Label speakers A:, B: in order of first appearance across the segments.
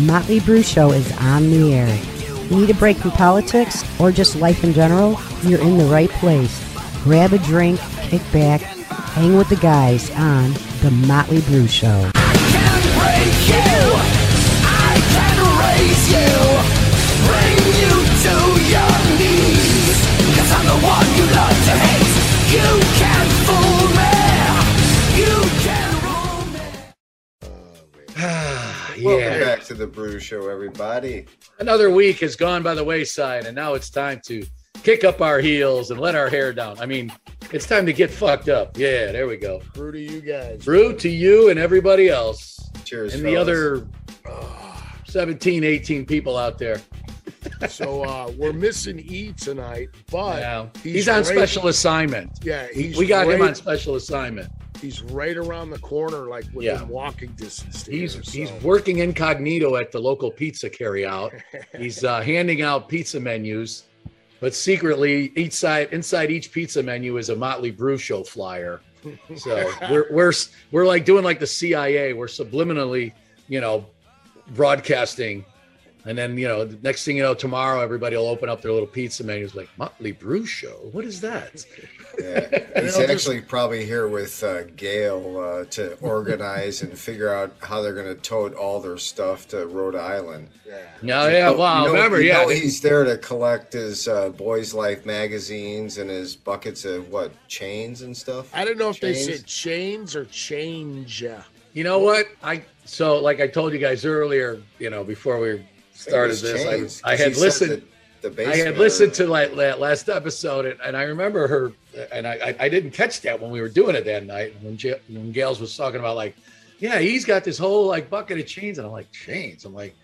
A: Motley Brew Show is on the air. Need a break from politics or just life in general? You're in the right place. Grab a drink, kick back, hang with the guys on The Motley Brew Show.
B: Welcome
C: yeah.
B: back to the Brew Show, everybody.
C: Another week has gone by the wayside, and now it's time to kick up our heels and let our hair down. I mean, it's time to get fucked up. Yeah, there we go.
D: Brew to you guys.
C: Brew to you and everybody else,
B: Cheers.
C: and the
B: fellas.
C: other oh, 17, 18 people out there.
D: So uh, we're missing E tonight, but
C: Yeah. He's,
D: he's
C: on
D: great.
C: special assignment.
D: yeah, he's
C: we got
D: right,
C: him on special assignment.
D: He's right around the corner, like within
C: Yeah.
D: walking distance. to
C: He's
D: here, so.
C: he's working incognito at the local pizza carryout. He's uh, handing out pizza menus, but secretly each side inside each pizza menu is a Motley Brew show flyer. So we're we're s- we're like doing like the CIA. We're subliminally, you know, broadcasting, and then you know, the next thing you know, tomorrow everybody will open up their little pizza menus like Motley Brew show. What is that?
B: Yeah. He's
D: They'll just-
B: actually probably here with uh, Gail uh, to organize and figure out how they're going to tote all their stuff to Rhode Island. Oh,
D: yeah.
C: No, yeah,
B: You know-
C: wow.
B: you know-
C: remember,
B: you
C: yeah,
B: know he's there to collect his uh, Boys Life magazines and his buckets of what chains and stuff.
D: I don't know if they
B: Chains?
D: said chains or change.
C: You know what? I so like I told you guys earlier, you know, before we started this, I, I had listened.
B: The, the
C: I had listened to like that last episode, and, and I remember her, and I, I I didn't catch that when we were doing it that night when Ja- when Gales was talking about like, yeah, he's got this whole like bucket of chains, and I'm like chains. I'm like,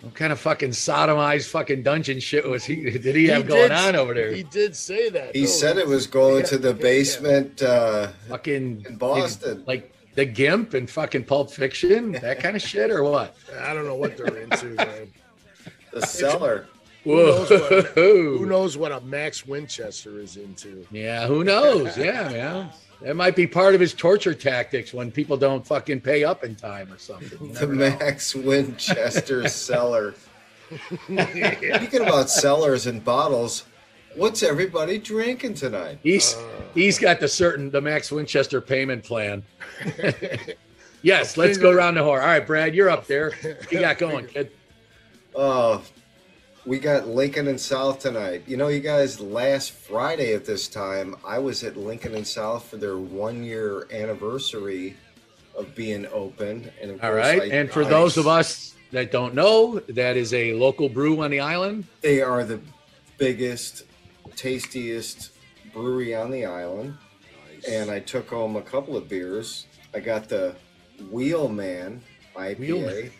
C: what kind of fucking sodomized fucking dungeon shit was he? Did he have going
D: did-
C: on over there?
D: He did say that.
B: He
D: though.
B: said it was going
D: Yeah,
B: to the
D: yeah, yeah.
B: basement. Uh,
C: fucking
B: in Boston.
C: like the Gimp and fucking Pulp Fiction, that kind of shit, or what?
D: I don't know what they're into, man.
B: the cellar.
D: Who knows what- Who
C: Whoa.
D: knows what a Max Winchester is into?
C: Yeah, who knows? Yeah, man. That might be part of his torture tactics when people don't fucking pay up in time or something.
B: The Max Winchester cellar. Speaking about cellars and bottles, what's everybody drinking tonight?
C: He's he's got the certain the Max Winchester payment plan. yes, let's go around the horn. All right, Brad, you're up there. What You got going, kid.
B: Oh, we got Lincoln and South tonight. You know, you guys, last Friday at this time, I was at Lincoln and South for their one year anniversary of being open. And of
C: All
B: course,
C: right.
B: I-
C: And for
B: I-
C: those of us that don't know, that is a local brew on the island.
B: they are the biggest, tastiest brewery on the island. And I took home a couple of beers. I got the Wheelman IPA
C: Wheelman.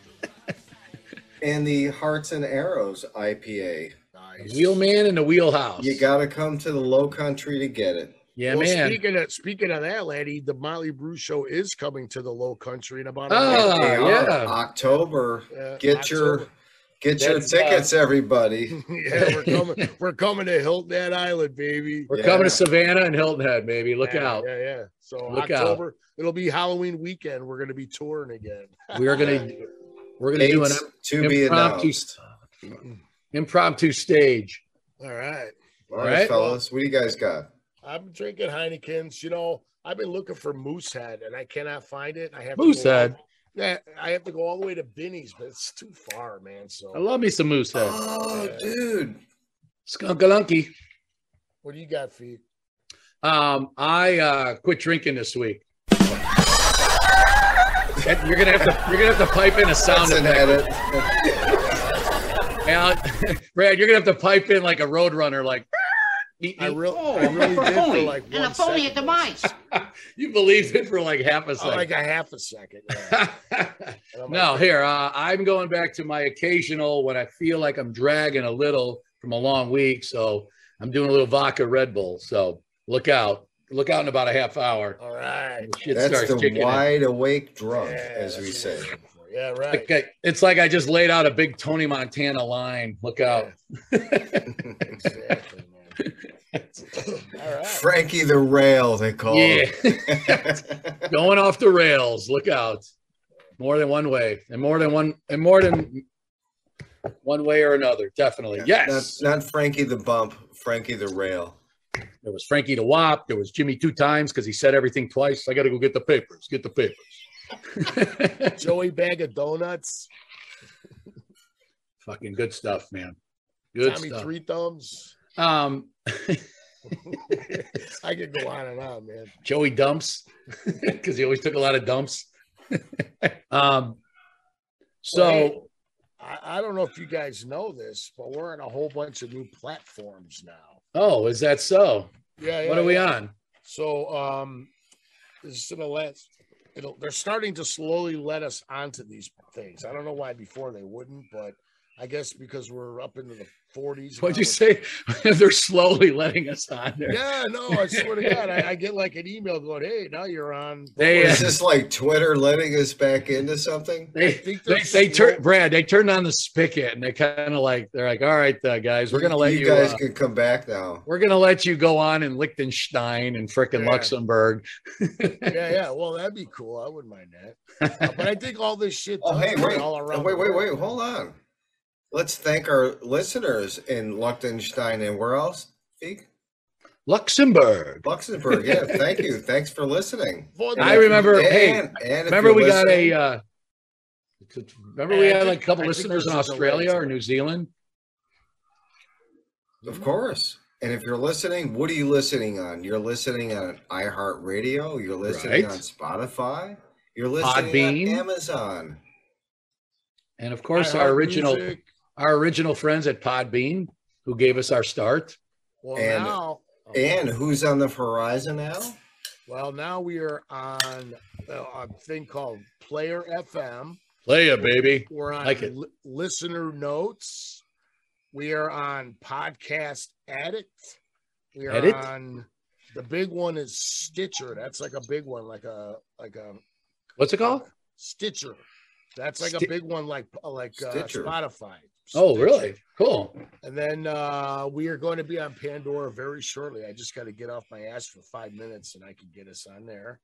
B: and the Hearts and Arrows IPA.
D: Nice.
C: Wheelman in the wheelhouse.
B: You got to come to the low country to get it.
C: yeah,
D: well,
C: man.
D: Speaking of, speaking of that, laddie, the Motley Brew Show is coming to the Low Country in about. a
C: Ah,
D: month.
B: They are
C: yeah.
B: October.
D: Yeah,
B: Get your
D: October.
B: get your
C: That's, uh,
B: tickets, everybody.
D: yeah, we're coming. we're coming to Hilton Head Island, baby.
C: We're
B: Yeah.
C: coming to Savannah and Hilton Head, baby. Look
D: Yeah,
C: out.
D: Yeah, yeah. So
C: Look out.
D: October, it'll be Halloween weekend. We're going to be touring again.
C: We are gonna we're gonna do an
B: Dates to be
C: impromptu-
B: announced.
C: impromptu stage.
D: All right.
B: All right,
C: Alright.
B: fellas, what do you guys got?
D: I'm drinking Heineken's. You know, I've been looking for Moosehead and I cannot find it. I have to go
C: Moosehead?
D: all- Yeah, I have to go all the way to Binny's, but it's too far, man.
C: I
D: So,
C: love me some moose head.
B: Oh, dude.
C: Skunkalunky.
D: what do you got, Fee?
C: Um, I uh, quit drinking this week. That- you're gonna have to you're gonna have to pipe in a sound
B: That's an
C: effect.
B: edit.
C: Now, Brad, you're gonna have to pipe in like a road runner, like "Meet
D: I
C: me."
D: really, I really did for like one
E: and a phony at the
D: second.
E: mice.
C: you believed it for like half a
D: Oh, like
C: second.
D: a half a second. yeah. And I'm
C: no,
D: like,
C: here uh, I'm going back to my occasional when I feel like I'm dragging a little from a long week, so I'm doing a little vodka Red Bull. So look out, look out in about a half hour.
D: all right.
C: and Shit
B: That's
C: starts
B: the
C: kicking in.
B: wide awake drunk,
D: Yeah,
B: as we
D: that's what
B: say.
D: I'm looking for. Yeah, right.
C: Like I- it's like I just laid out a big Tony Montana line. Look out.
D: Exactly, man. all right.
B: Frankie the Rail, they call
C: Yeah.
B: him.
C: Going off the rails. Look out. more than one way, and more than one, and more than one way or another. Definitely, yes.
B: Not, not Frankie the Bump, Frankie the Rail.
C: There was Frankie the Wop. There was Jimmy two times because he said everything twice. I got to go get the papers. Get the papers.
D: Joey bag of donuts.
C: Fucking good stuff, man. Good
D: Tommy
C: stuff.
D: three thumbs.
C: Um,
D: I could go on and on, man.
C: Joey dumps because he always took a lot of dumps. um, so.
D: Well, I, I don't know if you guys know this, but we're on a whole bunch of new platforms now.
C: Oh, is that so?
D: Yeah.
C: What
D: yeah,
C: are we
D: yeah.
C: on?
D: So um, this is the last. It'll, they're starting to slowly let us onto these things. I don't know why before they wouldn't, but I guess because we're up into the 40s.
C: What'd
D: now
C: you
D: we're-
C: say? They're slowly letting us on there.
D: Yeah, no, I swear to God, I, I get like an email going, "Hey, now you're on."
C: They, uh,
B: Is this like Twitter letting us back into something?
C: they,
D: think
C: they,
D: they're
C: they
D: slow.
C: turn Brad. They turned on the spigot and they kind of like they're like, all right, uh, guys, we're gonna let you.
B: guys
C: uh,
B: can come back now.
C: we're gonna let you go on in Liechtenstein and frickin'
D: Yeah.
C: Luxembourg.
D: Yeah, yeah. Well, that'd be cool. I wouldn't mind that. Uh, but I think all this shit.
B: Oh,
D: does
B: hey,
D: is
B: wait,
D: all around.
B: wait, wait, wait, hold on. Let's thank our listeners in Liechtenstein and where else? Feek?
C: Luxembourg.
B: Luxembourg. Yeah, thank you. Thanks for listening.
D: Well,
C: I remember.
B: And-
C: hey,
B: and if
C: remember
B: you're
C: we got
B: listening-
C: a. Uh, remember
D: Yeah,
C: we
D: I
C: had like
D: think-
C: a couple
D: I think
C: listeners in
D: this is the
C: Australia
D: last
C: or
D: one.
C: New Zealand.
B: Of course. And if you're listening, what are you listening on? You're listening on iHeartRadio. You're
C: Right.
B: listening on Spotify. You're listening
C: Podbean.
B: on Amazon.
C: And of course,
D: I
C: our
D: Heart
C: original
D: Music.
C: our original friends at Podbean who gave us our start.
D: Well,
B: And-
D: now.
C: Oh,
B: And who's on the horizon now?
D: Well, now we are on uh, a thing called Player FM.
C: Play it, baby.
D: We're on
C: Like it.
D: li- Listener Notes. We are on Podcast Addict. We are
C: Edit?
D: on the big one is Stitcher. That's like a big one, like a like a
C: What's it called?
D: Stitcher. That's like
C: Sti-
D: a big one, like like uh,
B: Stitcher.
D: Spotify.
C: Oh,
D: Stitcher.
C: really? Cool.
D: And then uh, we are going to be on Pandora very shortly. I just got to get off my ass for five minutes and I can get us on there.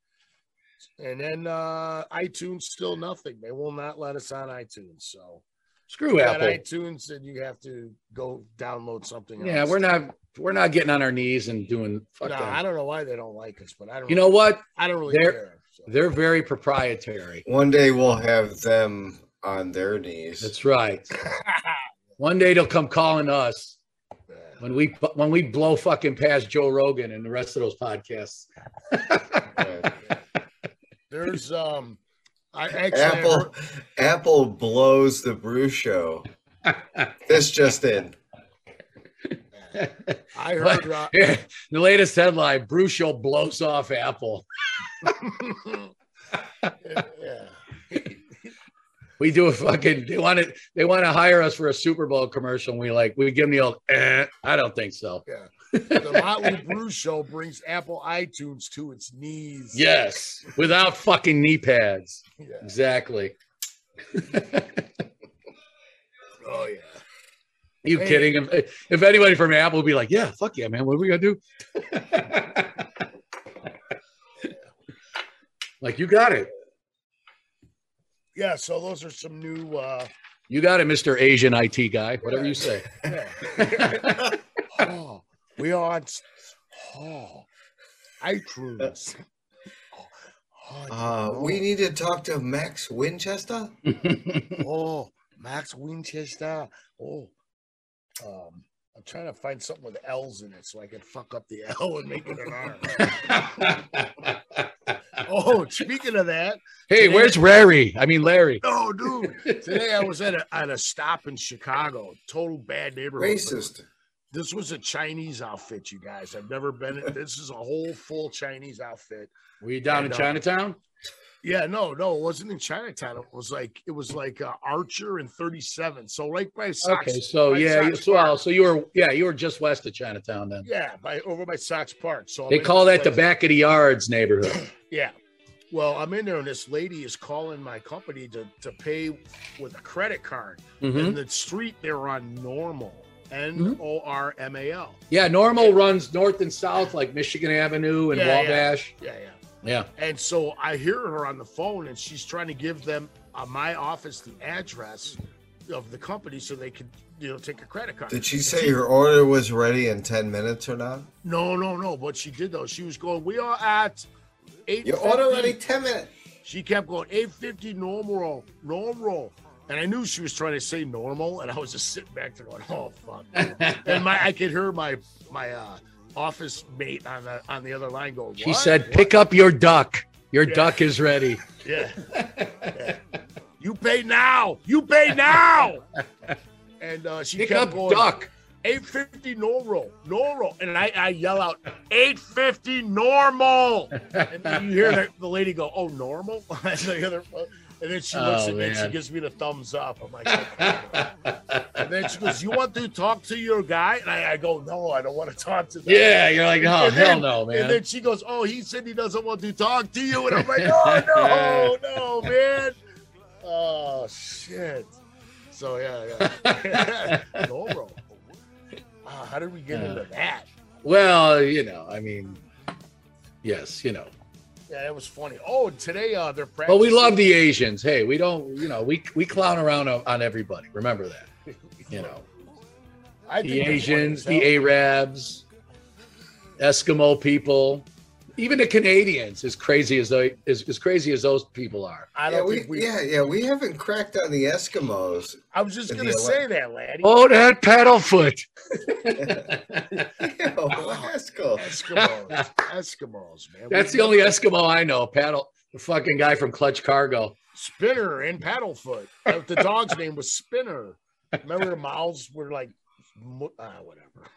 D: And then uh, iTunes, still nothing. They will not let us on iTunes. So
C: Screw
D: you got
C: Apple.
D: iTunes, and you have to go download something.
C: Yeah,
D: else.
C: we're not we're not getting on our knees and doing fuck
D: No,
C: them.
D: I don't know why they don't like us, but I don't.
C: You know what?
D: I don't really
C: they're-
D: care. so.
C: They're very proprietary.
B: One day we'll have them on their knees.
C: That's right. One day they'll come calling us
D: Yeah.
C: when we when we blow fucking past Joe Rogan and the rest of those podcasts.
B: right.
D: There's um, I actually I heard-
B: Apple Apple blows the brew show. this just in.
D: I heard. uh,
C: the latest headline: Brucial blows off Apple.
D: yeah.
C: We do a fucking. They want to. They want to hire us for a Super Bowl commercial. And we like. We give them the old. Eh, I don't think so.
D: The Motley Brew Show brings Apple iTunes to its knees.
C: Yes, without fucking knee pads.
D: Yeah.
C: Exactly.
D: Oh yeah.
C: you
D: Hey.
C: kidding? If, if anybody from Apple would be like, yeah, fuck yeah, man. What are we gonna do? like you got it.
D: Yeah. So those are some new. Uh,
C: You got it, Mister Asian IT guy. Whatever you say.
D: yeah. oh, we are on s- oh, iTunes. Oh,
B: Uh,
D: oh,
B: we need to talk to Max Winchester.
D: oh Max Winchester. Oh, um, I'm trying to find something with L's in it so I can fuck up the L and make it an R. Oh, speaking of that,
C: hey, where's Larry? I mean Larry.
D: no, dude. Today I was at a, at a stop in Chicago. Total bad neighborhood.
B: Racist.
D: This was a Chinese outfit, you guys. I've never been. This is a whole full Chinese outfit.
C: Were you down in
D: And, uh,
C: Chinatown?
D: Yeah, no, no, it wasn't in Chinatown. It was like it was like uh, Archer and 37. So right by Sox.
C: Okay, so
D: by
C: yeah, you-
D: Sox
C: so, well,
D: Park.
C: so you were yeah, you were just west of Chinatown then.
D: Yeah, by over by Sox Park. So I'm
C: They
D: in
C: call
D: this
C: that the
D: place-
C: back of the yards neighborhood.
D: Yeah. Well, I'm in there, and this lady is calling my company to to pay with a credit card.
C: Mhm.
D: And the street they were on Normal,
C: Mm-hmm.
D: N O R M A L.
C: Yeah, normal runs north and south like Michigan Avenue and
D: Yeah, yeah.
C: Wabash.
D: Yeah, yeah.
C: Yeah.
D: And so I hear her on the phone and she's trying to give them uh, my office the address of the company so they could you know take a credit card.
B: Did she say your order was ready in 10 minutes or not?
D: No, no, no. What she did though, she was going. We are at eight.
B: Your order ready 10 minutes.
D: She kept going 850 normal, normal. And I knew she was trying to say normal, and I was just sitting back there going, "Oh fuck!" and my, I could hear my my uh, office mate on the on the other line going.
C: She
D: "What?
C: said,
D: What?"
C: "Pick up your duck. Your
D: Yeah.
C: duck is ready."
D: Yeah. You pay now. You pay now. and uh, she
C: Pick
D: kept
C: up
D: going,
C: duck.
D: 850 normal, normal. And I, I yell out, 850 normal. And then you hear the, the lady go, oh, normal? and the other- and then she looks
C: Oh,
D: at me and she
C: man.
D: gives me the thumbs up. I'm like, "Okay." and then she goes, you want to talk to your guy? And I, I go, no, I don't want to talk to that.
C: Yeah, you're like, "Oh,
D: And
C: hell
D: then-
C: no,
D: And
C: man."
D: then she goes, "Oh, he said he doesn't want to talk to you," and I'm like, "Oh no, no, man! Oh shit!" So yeah, yeah. no, bro. Wow, how did we get into that?
C: Well, you know, I mean, yes, you know.
D: Yeah, that was funny. Oh, today uh, they're
C: But
D: practicing.
C: we love the Asians. Hey, we don't, you know, we we clown around on, on everybody. Remember that. You know,
D: I
C: the
D: think they're
C: Asians,
D: funny
C: the
D: as hell.
C: Arabs, Eskimo people, even the Canadians. As crazy as they, as, as crazy as those people are.
D: I
B: Yeah,
D: don't
B: we,
D: think we.
B: yeah, yeah, we haven't cracked on the Eskimos.
D: I was just
B: The
D: gonna
B: ele-
D: say that, laddie.
C: Oh, that paddle foot.
B: Yo, Eskimo.
D: Eskimos, Eskimos, man.
C: That's
D: We-
C: the only Eskimo I know. Paddle, the fucking guy from Clutch Cargo.
D: Spinner and Paddlefoot. Uh, The dog's name was Spinner. Remember, their mouths were like, mo- uh, whatever.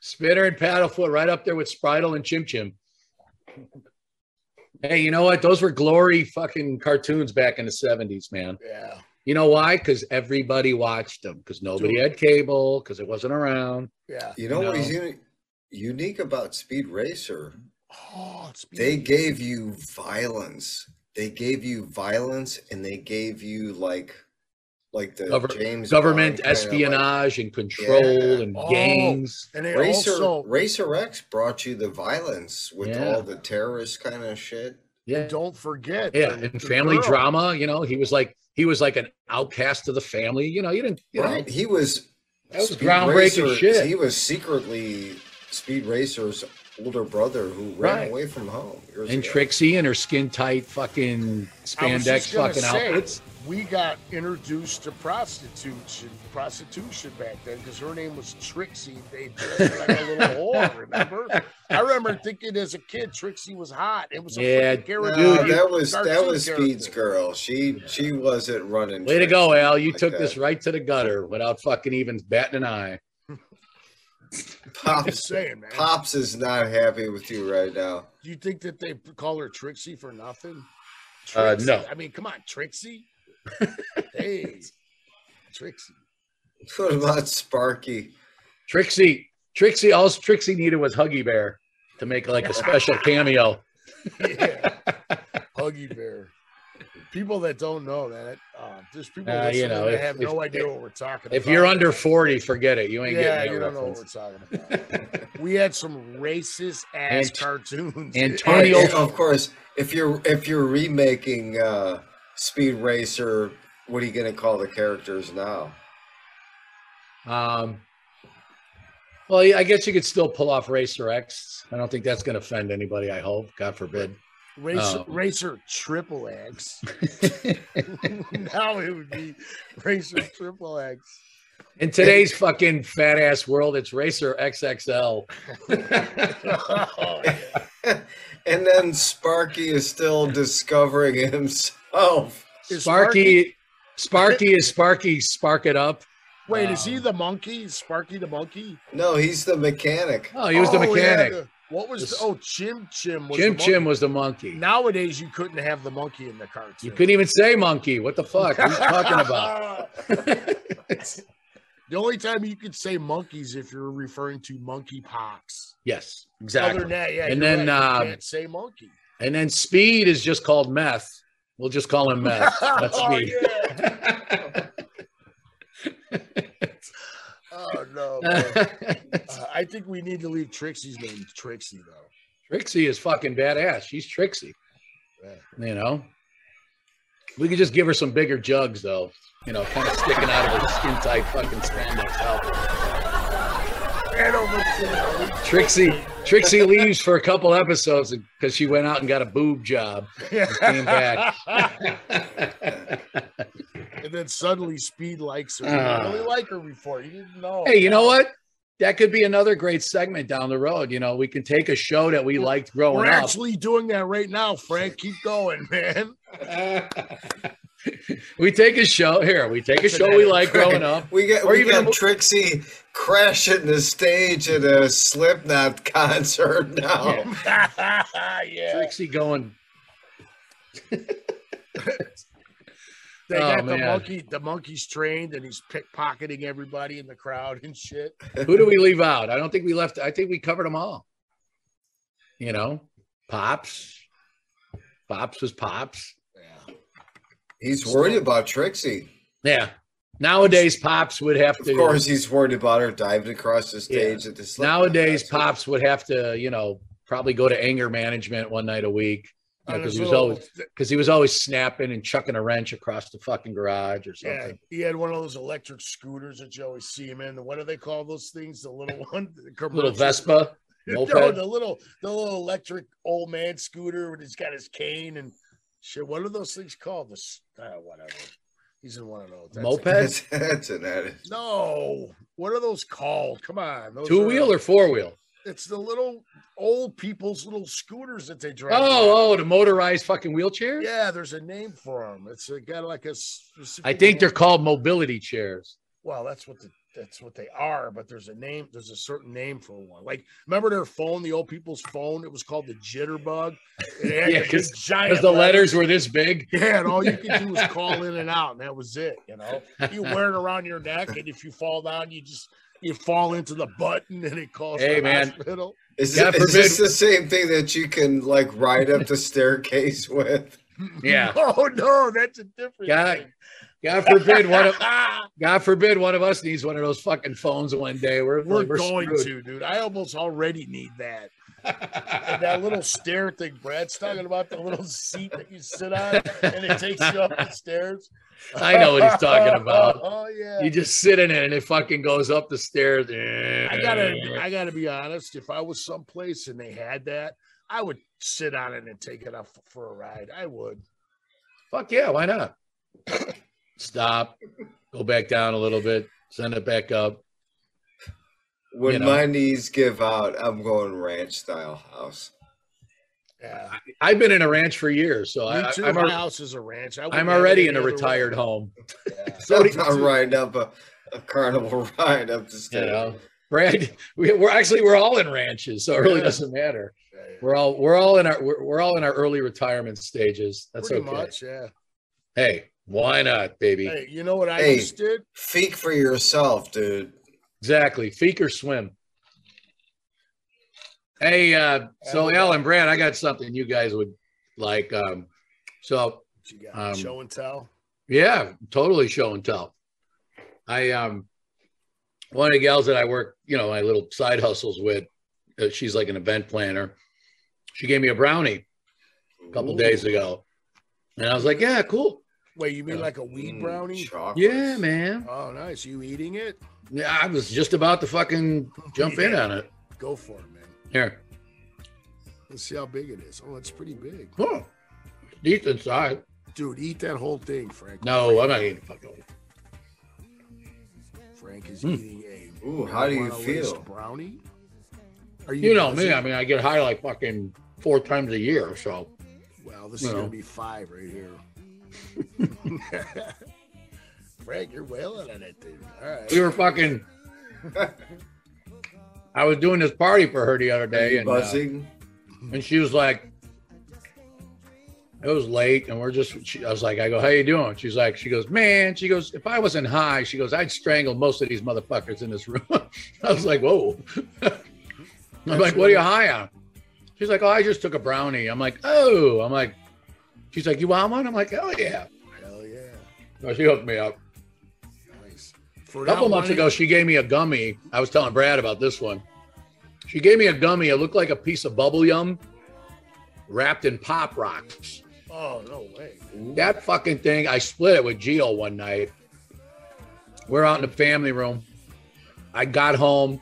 C: Spinner and Paddlefoot right up there with Spritel and Chim Chim. Hey, you know what? Those were glory fucking cartoons back in the 70s, man.
D: Yeah.
C: You know why? Because everybody watched them, because nobody
D: Dude.
C: had cable, because it wasn't around.
D: Yeah.
B: You know what
C: No.
B: is uni- unique about Speed Racer?
D: Oh, it's
B: They
D: beautiful.
B: gave you violence. They gave you violence, and they gave you like, like the
C: Gover-
B: James
C: Government
B: Bond kinda, like,
C: espionage and control
B: Yeah.
C: and
D: Oh.
C: gangs.
D: and they
B: Racer
D: also
B: Racer X brought you the violence with
C: Yeah.
B: all the terrorist kind of shit.
C: Yeah.
D: don't forget.
C: Yeah.
D: the- the
C: And family
D: girl.
C: drama, you know, he was like he was like an outcast of the family. You know, you didn't you
B: Right?
C: know
B: He was
C: that was
B: Speed
C: groundbreaking
B: Racer-
C: shit.
B: He was secretly Speed Racer's older brother who ran
C: Right.
B: away from home. years
C: and
B: ago.
C: Trixie and her skin tight fucking
D: I was
C: spandex
D: just gonna
C: fucking
D: say,
C: outfits.
D: We got introduced to prostitution, prostitution back then because her name was Trixie. They dressed like a little whore. Remember? I remember thinking as a kid, Trixie was hot. It was a
C: Yeah,
D: freaking
B: No,
D: character.
C: Dude, you-
B: that was that
D: cartoon
B: was Speed's
D: character.
B: girl. She she wasn't running.
C: Way to go,
B: tricks.
C: Al. You
B: Like
C: took
B: that.
C: this right to the gutter without fucking even batting an eye.
D: I'm just
B: Pops.
D: saying, man.
B: Pops is not happy with you right now.
D: Do you think that they call her Trixie for nothing?
C: Uh,
D: Trixie?
C: no.
D: I mean, come on, Trixie. hey, Trixie.
B: What about Sparky?
C: Trixie, Trixie, all Trixie needed was Huggy Bear to make like a special cameo.
D: Yeah. Huggy Bear. People that don't know that, uh, there's people
C: Uh,
D: that
C: you know, if-
D: have
C: if-
D: no idea what we're talking about.
C: If you're under 40, forget it. You ain't
D: yeah,
C: getting
D: you
C: that
D: don't know what
C: reference.
D: we're talking about. we had some racist ass
C: Ant-
D: cartoons.
C: Antonio-
B: Yeah, of course, if you're if you're remaking uh, Speed Racer, what are you gonna call the characters now?
C: Um, well, yeah, I guess you could still pull off Racer X. I don't think that's going to offend anybody, I hope. God forbid.
D: Racer,
C: Oh.
D: Racer Triple X. now it would be Racer Triple X.
C: In today's fucking fat ass world, it's Racer XXL.
B: And then Sparky is still discovering himself.
D: Is
C: Sparky, Sparky is Sparky. Spark it up.
D: Wait, is he
C: Um,
D: the monkey? Sparky the monkey?
B: No, he's the mechanic.
C: Oh, he was the
D: Oh, yeah,
C: mechanic.
D: the- what was
C: This-
D: the, oh Chim Chim? Was the
C: Jim
D: monkey.
C: Jim was the monkey.
D: Nowadays, you couldn't have the monkey in the cartoon.
C: You couldn't even say monkey. What the fuck? What are you talking about?
D: the only time you could say monkeys if you're referring to monkey pox.
C: yes,
D: Other
C: exactly.
D: than that, yeah,
C: And
D: you're
C: then,
D: right, you
C: um,
D: can't say monkey.
C: And then speed is just called meth. We'll just call him meth. That's
D: oh,
C: speed.
D: yeah. oh no. man. Uh, I think we need to leave Trixie's name Trixie though.
C: Trixie is fucking badass. She's Trixie.
D: Yeah.
C: You know. We could just give her some bigger jugs, though. You know, kind of sticking out of her skin tight fucking spandex outfit.
D: Right over to you.
C: Trixie, Trixie leaves for a couple episodes because she went out and got a boob job. Came back.
D: and then suddenly Speed likes her. You
C: Ah.
D: didn't really like her before. You didn't know.
C: hey, you know what? That could be another great segment down the road. You know, we can take a show that we liked growing
D: We're
C: up.
D: actually doing that right now, Frank. Keep going, man.
C: we take a show here. We take a show we like growing up.
B: We get
C: Or
B: we
C: even
B: got
C: a-
B: Trixie crashing the stage at a Slipknot concert now.
C: Yeah.
D: yeah.
C: Trixie going.
D: They
C: Oh,
D: got the
C: man.
D: monkey. The monkey's trained, and he's pickpocketing everybody in the crowd and shit.
C: Who do we leave out? I don't think we left. I think we covered them all. You know, pops. Pops was pops.
D: Yeah.
B: He's worried about Trixie.
C: Yeah. Nowadays, pops would have
B: Of
C: to.
B: course, he's worried about her diving across the stage at the Slipknot
C: Nowadays,
B: concert.
C: pops would have to. You know, probably go to anger management one night a week
D: On
C: because
D: his
C: he was
D: little-
C: always because he was always snapping and chucking a wrench across the fucking garage or
D: yeah,
C: something.
D: he had one of those electric scooters that you always see him in. What do they call those things? The little one, the
C: Little
D: commercial-
C: Vespa.
D: No,
C: moped.
D: the little, the little electric old man scooter when he's got his cane and shit. What are those things called? The s- uh, whatever. He's in one of those. That's it.
C: Moped?
B: That's, that's an edit.
D: No. What are those called? Come on. those
C: Two
D: are-
C: wheel or four wheel?
D: It's the little old people's little scooters that they drive.
C: Oh, oh, the motorized fucking wheelchair.
D: Yeah, there's a name for them. It's uh, got like a.
C: I think they're called mobility chairs.
D: well that's what the that's what they are but there's a name there's a certain name for one like remember their phone the old people's phone it was called the jitterbug it had
C: Yeah,
D: the big
C: 'cause-
D: giant
C: Because the letters were this big.
D: yeah and all you could do was call in and out and that was it you know you wear it around your neck and if you fall down you just you fall into the button and it calls
C: Hey,
D: the
C: man.
D: hospital
B: Is,
C: God
B: this, is this
C: forbid-
B: the same thing that you can like ride up the staircase with?
C: Yeah.
D: oh no that's a different
C: God,
D: thing. Ah,
C: God forbid one of God forbid one of us needs one of those fucking phones one day. We're
D: we're,
C: we're
D: going
C: screwed.
D: to dude i almost already need that And that little stair thing, Brad's talking about the little seat that you sit on and it takes you up the stairs.
C: I know what he's talking about.
D: Oh yeah.
C: You just sit in it and it fucking goes up the stairs.
D: I gotta I gotta be honest. If I was someplace and they had that, I would sit on it and take it up for a ride. I would.
C: Fuck yeah, why not? Stop. Go back down a little bit. Send it back up.
B: When
C: You know.
B: my knees give out, I'm going ranch style house.
D: Yeah.
C: I've been in a ranch for years, so I,
D: Me too.
C: I'm,
D: My
C: al-
D: house is a ranch. I wouldn't
C: I'm
D: have
C: already
D: any
C: in a
D: other way.
C: retired home.
D: Yeah.
C: So do you-
B: I'm riding up a, a carnival ride up the
C: you
B: stairs.
C: know brad we, we're actually we're all in ranches so it really doesn't matter
D: Yeah, yeah.
C: we're all we're all in our we're, we're all in our early retirement stages that's
D: Pretty
C: okay
D: much, yeah.
C: hey why not baby
D: Hey, you know what I
B: Hey.
D: just did?
B: Feek for yourself, dude.
C: exactly feek or swim hey uh so al and brad i got something you guys would like um so
D: What you got?
C: Um,
D: Show and tell.
C: Yeah, totally show and tell. I um one of the gals that I work, you know, my little side hustles with, uh, she's like an event planner. She gave me a brownie a couple
D: Ooh.
C: days ago. And I was like, yeah, cool.
D: Wait, you mean
C: uh,
D: like a weed
B: Mm,
D: brownie?
B: chocolates.
C: Yeah, man.
D: Oh, nice. You eating it?
C: Yeah, I was just about to fucking jump in on it.
D: Go for it, man.
C: Here.
D: Let's see how big it is. Oh, it's pretty big.
C: Oh, decent size.
D: Dude, eat that whole thing, Frank.
C: No, I'm not eating fucking
D: Frank is
C: Mm.
D: eating a
B: Ooh, how do you
D: marijuana
B: feel?
D: laced brownie. Are
C: You know
D: buzzing?
C: me. I mean, I get high like fucking four times a year. So
D: Well, this
C: you
D: is gonna
C: know.
D: be five right here. Frank, you're wailing on it, dude. All right.
C: we were fucking. I was doing this party for her the other
B: Are
C: day,
B: you
C: and uh,
B: buzzing?
C: and she was like it was late and we're just she, i was like i go how you doing she's like she goes man she goes if i wasn't high she goes i'd strangle most of these motherfuckers in this room i was like whoa i'm like what are you high on she's like oh i just took a brownie i'm like oh i'm like she's like you want one i'm like oh yeah
D: Hell yeah.
C: so she hooked me up
D: Nice. For
C: a couple
D: not
C: months
D: wanting-
C: ago she gave me a gummy i was telling brad about this one she gave me a gummy it looked like a piece of bubble yum wrapped in pop rocks
D: Oh no way!
C: That fucking thing, I split it with Geo one night. We're out in the family room. I got home,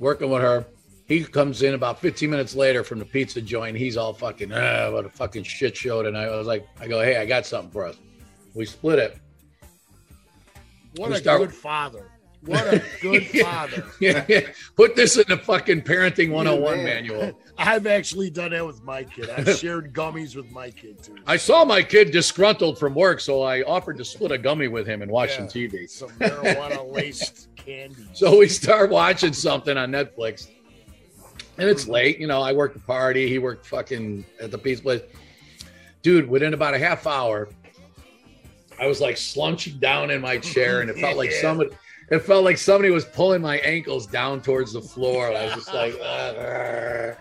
C: working with her. He comes in about 15 minutes later from the pizza joint. He's all fucking, ah, what a fucking shit show tonight. I was like, I go, hey, I got something for us. We split it.
D: What
C: We
D: a
C: start-
D: good father! What a good father!
C: Put this in the fucking parenting 101
B: man.
C: manual.
D: I've actually done that with my kid. I've shared gummies with my kid too.
C: I saw my kid disgruntled from work, so I offered to split a gummy with him and watch some
D: Yeah.
C: TV.
D: Some marijuana laced candy.
C: So we start watching something on Netflix, and it's late. You know, I worked the party, he worked fucking at the pizza place. Dude, within about a half hour, I was like slouching down in my chair, and it felt like
D: Yeah.
C: somebody. It felt like somebody was pulling my ankles down towards the floor. And I was just like, "Ugh."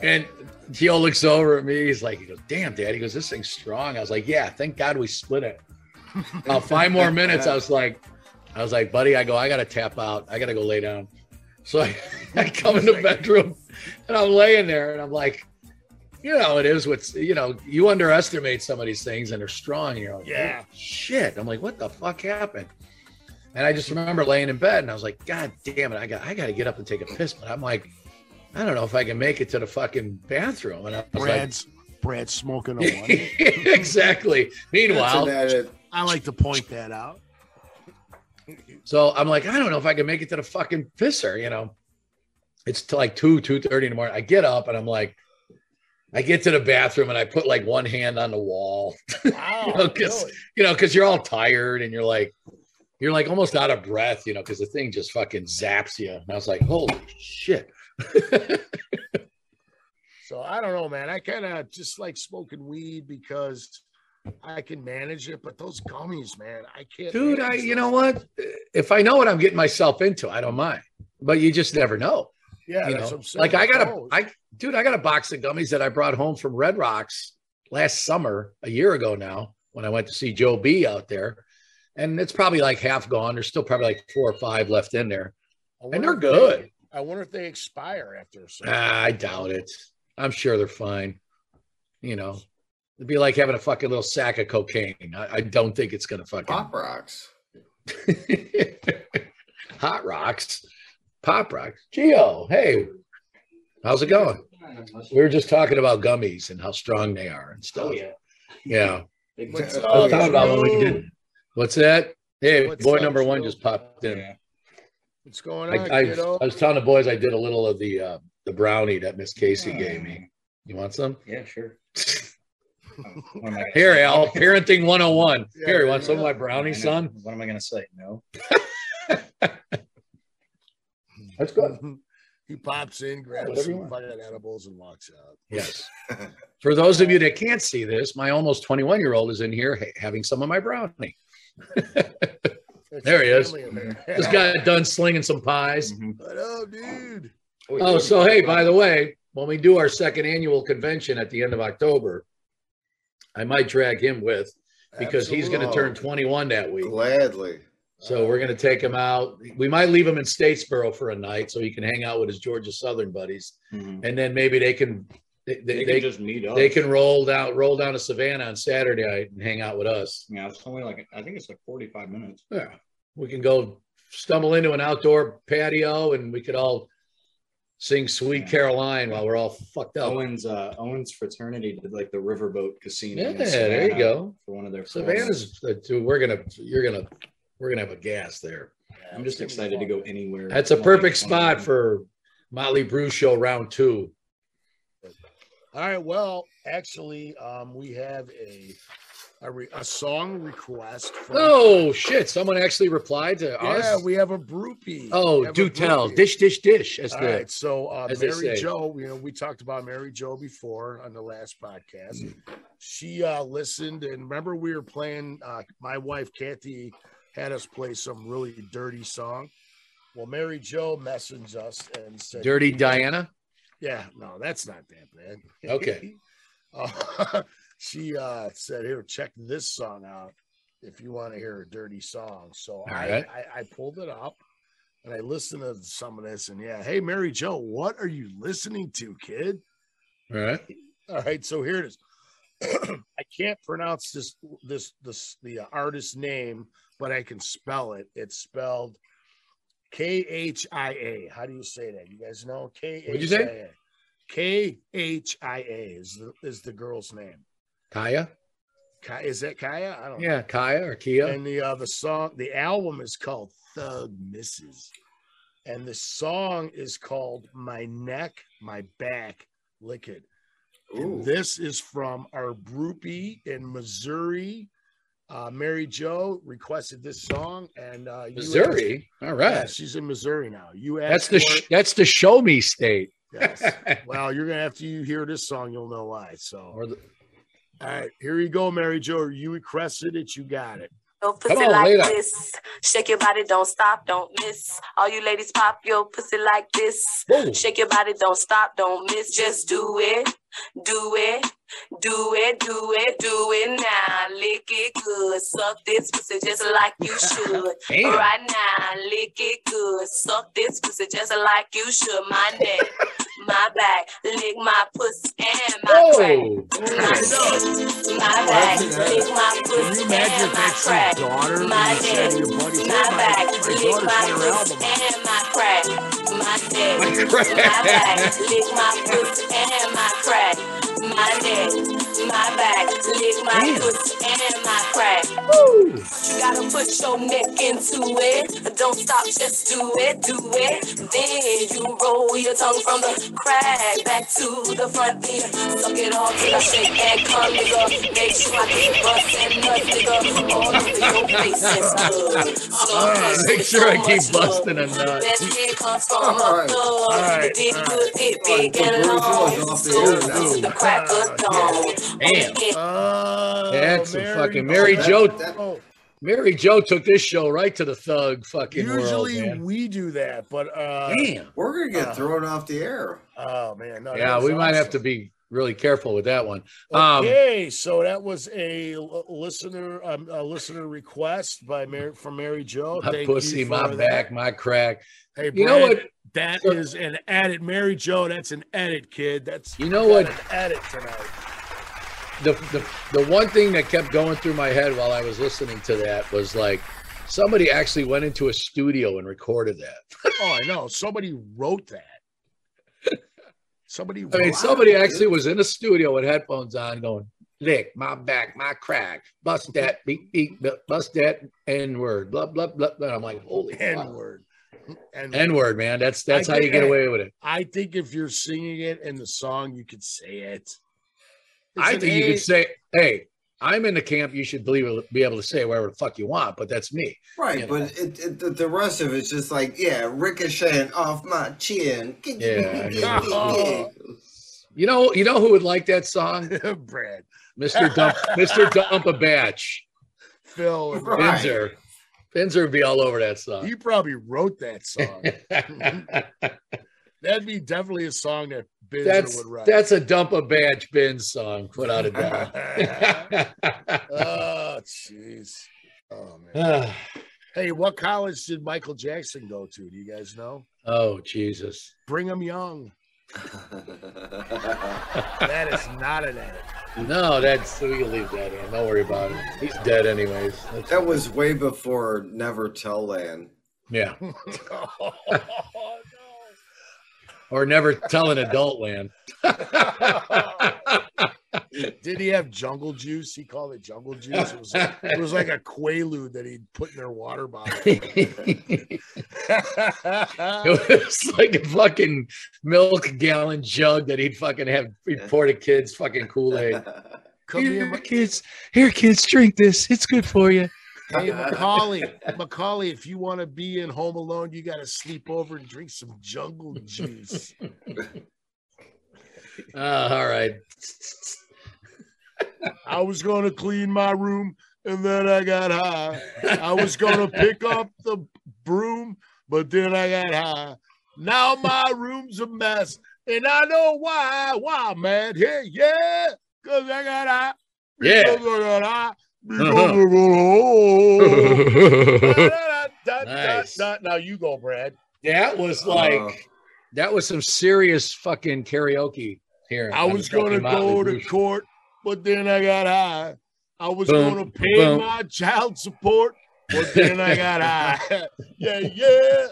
C: and Gio looks over at me. He's like, he goes, "Damn, Dad." He goes, "This thing's strong." I was like, "Yeah, thank God we split it." About uh, Oh, five more minutes, I was like, I was like, buddy, I go, I gotta tap out. I gotta go lay down. So I, I come in the bedroom and I'm laying there and I'm like, you know, it is what's you know, you underestimate some of these things and they're strong. And you're like,
D: Yeah.
C: "Oh, shit. I'm like, what the fuck happened? And I just remember laying in bed and I was like, God damn it, I got I gotta get up and take a piss. But I'm like, I don't know if I can make it to the fucking bathroom. And I was
D: Brad's Brad's smoking a
C: like,
D: one.
C: exactly. Meanwhile,
B: That's an
D: I like to point that out.
C: So I'm like, I don't know if I can make it to the fucking pisser, you know. It's t- like two, two thirty in the morning. I get up and I'm like, I get to the bathroom and I put like one hand on the wall,
D: Wow,
C: You know, 'cause- you know, because you're all tired and you're like, you're like almost out of breath, you know, because the thing just fucking zaps you. And I was like, holy shit.
D: So I don't know, man. I kind of just like smoking weed because I can manage it, but those gummies, man, I can't.
C: Dude, I
D: manage
C: you
D: those.
C: know what? If I know what I'm getting myself into, I don't mind. But you just never know.
D: yeah,
C: you
D: that's
C: know,
D: what I'm saying. Oh.
C: like I got a,
D: Those.
C: I dude, I got a box of gummies that I brought home from Red Rocks last summer, a year ago now, when I went to see Joe B out there, and it's probably like half gone. There's still probably like four or five left in there,
D: I
C: and
D: wonder
C: they're
D: if they-
C: good.
D: I wonder if they expire after. So.
C: Ah, I doubt it. I'm sure they're fine. You know, it'd be like having a fucking little sack of cocaine. I, I don't think it's gonna fucking
B: Pop rocks.
C: hot rocks, pop rocks. Geo, hey, how's it going? We were just talking about gummies and how strong they are and stuff.
E: Oh yeah.
C: Yeah.
E: Big
D: What's
E: time.
D: up?
C: I
B: Oh,
C: was talking about when we
D: Joe?
C: did. What's that? Hey,
D: What's
C: boy
D: up,
C: number one
D: Joe?
C: just popped in.
D: What's going
C: I,
D: on,
C: I,
D: kiddo?
C: I was telling the boys I did a little of the uh, the brownie that Miss Casey gave me. You want some?
E: Yeah, sure. What am I gonna
C: Here,
E: say?
C: Al, parenting 101.
D: Yeah,
C: Here, you
D: there
C: want
D: you
C: some of
D: go.
C: my
E: I know.
C: brownie, son?
E: What am I gonna say? No.
C: That's good.
D: He pops in, grabs
C: Whatever you
D: some
C: want.
D: fucking edibles, and walks out.
C: Yes. For those of you that can't see this, my almost 21 year old is in here ha- having some of my brownie.
D: It's
C: There he
D: a
C: is. Mm-hmm.
D: family affair.
C: Just got done slinging some pies.
E: Mhm.
D: What up, dude?
E: Mm-hmm.
C: Oh, so hey, by the way, when we do our second annual convention at the end of October, I might drag him with because he's going to
B: Absolutely.
C: turn 21 that week.
B: Gladly.
C: So we're going to take him out. We might leave him in Statesboro for a night so he can hang out with his Georgia Southern buddies,
E: Mhm.
C: and then maybe they can they they,
E: They,
C: they,
E: can just meet up.
C: they can roll down roll down to Savannah on Saturday night and hang out with us.
E: Yeah, it's only like I think it's like forty-five minutes.
C: Yeah, we can go stumble into an outdoor patio and we could all sing "Sweet
E: Yeah.
C: Caroline" while we're all fucked up.
E: Owens uh, Owens fraternity did like the riverboat casino.
C: Yeah,
E: in
C: there you
E: Savannah
C: go.
E: For one of their
C: Savannah's. uh, dude, We're gonna. You're gonna. We're gonna have a gas there.
E: I'm just excited to go anywhere.
C: That's a
E: Like,
C: perfect spot
E: 21.
C: for Motley Brew Show round two.
D: All right. Well, actually, um, we have a a, re- a song request. From,
C: Oh shit! Someone actually replied to
D: yeah,
C: us.
D: we have a groupie. We
C: oh,
D: have
C: do
D: a
C: tell.
D: groupie.
C: Dish, dish, dish. As
D: All
C: the
D: right. So uh,
C: as they say.
D: Mary Jo, you know, we talked about Mary Jo before on the last podcast.
C: Mm.
D: She uh, listened and remember we were playing. Uh, my wife Kathy had us play some really dirty song. Well, Mary Jo messaged us and said,
C: dirty Diana.
D: Yeah, no, that's not that bad.
C: Okay.
D: Uh, she uh, said, "Here, check this song out if you want to hear a dirty song." So I,
C: right.
D: I, I pulled it up and I listened to some of this, and yeah, hey, Mary Jo, what are you listening to, kid?
C: All right.
D: All right, so here it is. I can't pronounce this this this the artist's name, but I can spell it. It's spelled K H I A. How do you say that? You guys know K
C: What'd you
D: H
C: say?
D: I A. K H I A is the is the girl's name.
C: Kaya?
D: Ki- Is that Kaya? I don't know.
C: Yeah, Kaya or Kia.
D: And the uh, the song, the album is called Thug Misses, and the song is called My Neck, My Back, Lick It.
B: Ooh,
D: And this is from our groupie in Missouri. Uh, Mary Jo requested this song, and uh, you asked-
C: Missouri. All right.
D: yeah, she's in Missouri now. You
C: that's
D: asked
C: the
D: for
C: sh-
D: it.
C: that's the show me state.
D: Yes. Well, you're gonna after you hear this song, you'll know why. So,
C: Or the-
D: all right, here you go, Mary Jo. You requested it, you got it.
F: Your pussy
C: Come on,
F: like
C: lay down.
F: this. Shake your body, don't stop, don't miss. All you ladies pop your pussy like this.
C: Whoa.
F: Shake your body, don't stop, don't miss. Just do it, do it, do it, do it, do it now. Lick it good, suck this pussy just like you should.
C: Damn.
F: Right now, lick it good. Suck this pussy just like you should. My neck, my back, lick my pussy and my crack.
C: Whoa.
F: My neck, my back, lick my
D: Can you
F: pussy
D: imagine
F: and
D: if
F: my
D: that's
F: crack.
D: your daughter? and
F: My
D: you said to
F: neck,
D: your buddy, "Hey,
F: my back, lick
D: daughter's
F: my
D: got her album
F: pussy
D: out."
F: and my crack. My neck,
C: My
F: my back,
C: crack.
F: lick my pussy and my crack. My neck, my back, lick my
C: Damn.
F: pussy and my crack.
C: Woo.
F: You gotta put your neck into it. Don't stop, just do it, do it. Then you roll your tongue from the crack back to the front. Then suck it all till I shake that cum, nigga. Make sure I get bust and nuts, nigga. All over your face and stuff.
C: Make sure I keep busting a nut.
F: That shit comes from a thug. The dick good, it big and
B: We're
F: long.
B: going off the
F: So
B: air now.
F: to the crack of dawn.
C: Damn.
D: Oh,
C: That's some fucking Mary Jo.
D: Jo.
C: Mary Joe took this show right to the thug fucking
D: Usually
C: world, man.
D: we do that, but uh,
C: Damn.
B: we're gonna get
D: Uh,
B: thrown off the air.
D: oh man, no, that
C: Yeah,
D: was
C: we might have
D: awesome.
C: to be really careful with that one. Um,
D: Okay, so that was a l- listener um, a listener request by Mary from Mary Jo.
C: my
D: Thank you
C: pussy, my
D: for that.
C: back, my crack.
D: Hey, Brad,
C: You know what?
D: That is
C: So-
D: an edit, Mary Jo. That's an edit, kid. That's
C: You know what?
D: got An edit tonight.
C: the, the the one thing that kept going through my head while I was listening to that was like somebody actually went into a studio and recorded that.
D: Oh, I know. Somebody wrote that. Somebody.
C: I mean,
D: wrote-
C: somebody actually was in a studio with headphones on, going lick my back, my crack, bust that, beep beep, bu- bust that n word, blah blah blah. And I'm like, holy
D: N
C: n
D: word. And
C: word, man. That's that's
D: I
C: how you
D: think-
C: get away with it.
D: I think if you're singing it in the song, you could say it. It's
C: I
D: an
C: think you
D: A-
C: could say, hey. I'm in the camp. You should believe be able to say whatever the fuck you want, but that's me.
B: Right,
C: Yeah.
B: but it, it, the, the rest of it's just like, yeah, ricocheting off my chin.
C: Yeah, yeah.
D: Oh.
C: You know, you know who would like that song,
D: Brad,
C: Mister Dump, Mister Dump a Batch.
D: Phil, and-
B: Right.
C: Finzer. Finzer would be all over that song.
D: he probably wrote that song. That'd be definitely a song that Benzer
C: that's
D: would write.
C: that's a dump a badge bin song, without a
D: oh,
C: doubt.
D: jeez. Oh man.
C: uh,
D: Hey, what college did Michael Jackson go to? Do you guys know?
C: oh Jesus!
D: Brigham Young. That is not an edit.
C: No, that's we can leave that in. Don't worry about it. He's dead anyways. That's-
B: that was way before Never Tell Land.
C: yeah,
D: oh, no.
C: or never tell an adult land.
D: Did he have jungle juice? He called it jungle juice. It was like, it was like a quaalude that he'd put in their water bottle.
C: it was like a fucking milk gallon jug that he'd fucking have he'd pour to kids fucking Kool Aid.
D: Come here, Ma-
C: kids. Here, kids, drink this. It's good for you.
D: hey, Macaulay. Macaulay, if you want to be in Home Alone, you got to sleep over and drink some jungle juice.
C: Uh, all right.
D: I was going to clean my room and then I got high. I was going to pick up the broom, but then I got high. Now my room's a mess and I know why. Why, I'm mad Here, yeah, because I got high.
C: Yeah.
D: Because I got high. Because
C: Uh-huh.
D: I got high.
C: that
D: Da-da-da-da-da-da.
C: Nice.
D: Now you go, Brad.
C: was
B: Uh,
C: like that was some serious fucking karaoke here.
D: I was going to go to court but then I got high. I was
C: Boom,
D: going to pay
C: boom.
D: my child support, but then I got high. yeah, yeah.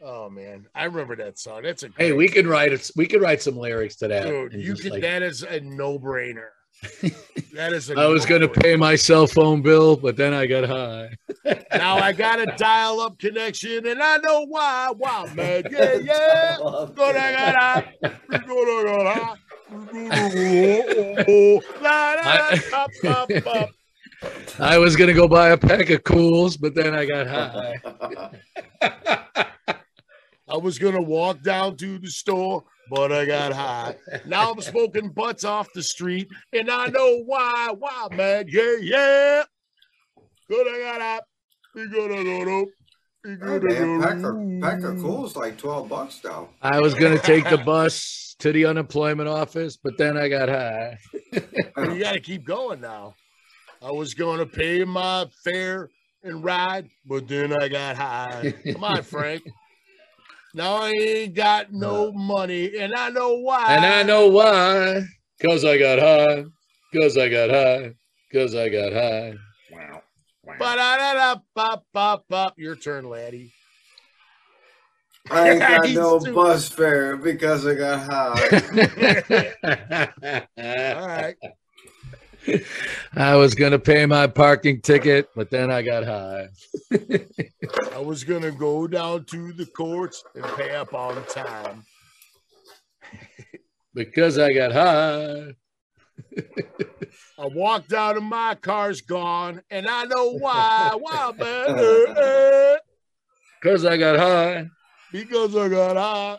D: Oh man, I remember that song. That's a great
C: Hey, we can write it. We can write some lyrics to that.
D: dude.
C: It's
D: You
C: just
D: could.
C: like,
D: that is a no-brainer. that is. A
C: I was going to
D: no-brainer.
C: pay my cell phone bill, but then I got high.
D: Now I got a dial-up connection, and I know why. Why, man? Yeah, yeah. Go da ga da. Go da ga da. Go da ga da. Oh, oh, oh. La, la,
C: I-
D: la, pop, pop, pop.
C: I was going to go buy a pack of cools, but then I got high.
D: I was gonna walk down to the store, but I got high. Now I'm smoking butts off the street, and I know why. Why, man? Yeah, yeah. Good, I got out. Be good, I don't know. Be
B: Oh,
D: good, I
B: man,
D: don't
B: pack of,
D: know.
B: pack of cool's like 12 bucks now.
C: I was going to take the bus to the unemployment office, but then I got high.
D: But you gotta keep going now. I was gonna pay my fare and ride, but then I got high. Come on, Frank. Now I ain't got no money, and I know why.
C: And I know why. Because I got high. Because I got high. Because I got high.
E: Wow. Wow.
D: Ba-da-da-da, pop, pop, pop. Your turn, laddie.
B: I ain't got
D: He's
B: no
D: stupid.
B: bus fare because I got high.
D: All right.
C: I was going to pay my parking ticket, but then I got high.
D: I was going to go down to the courts and pay up on time.
C: Because I got high.
D: I walked out and my car's gone, and I know why. Why, man? Eh, eh,
C: Because I got high.
D: because I got high.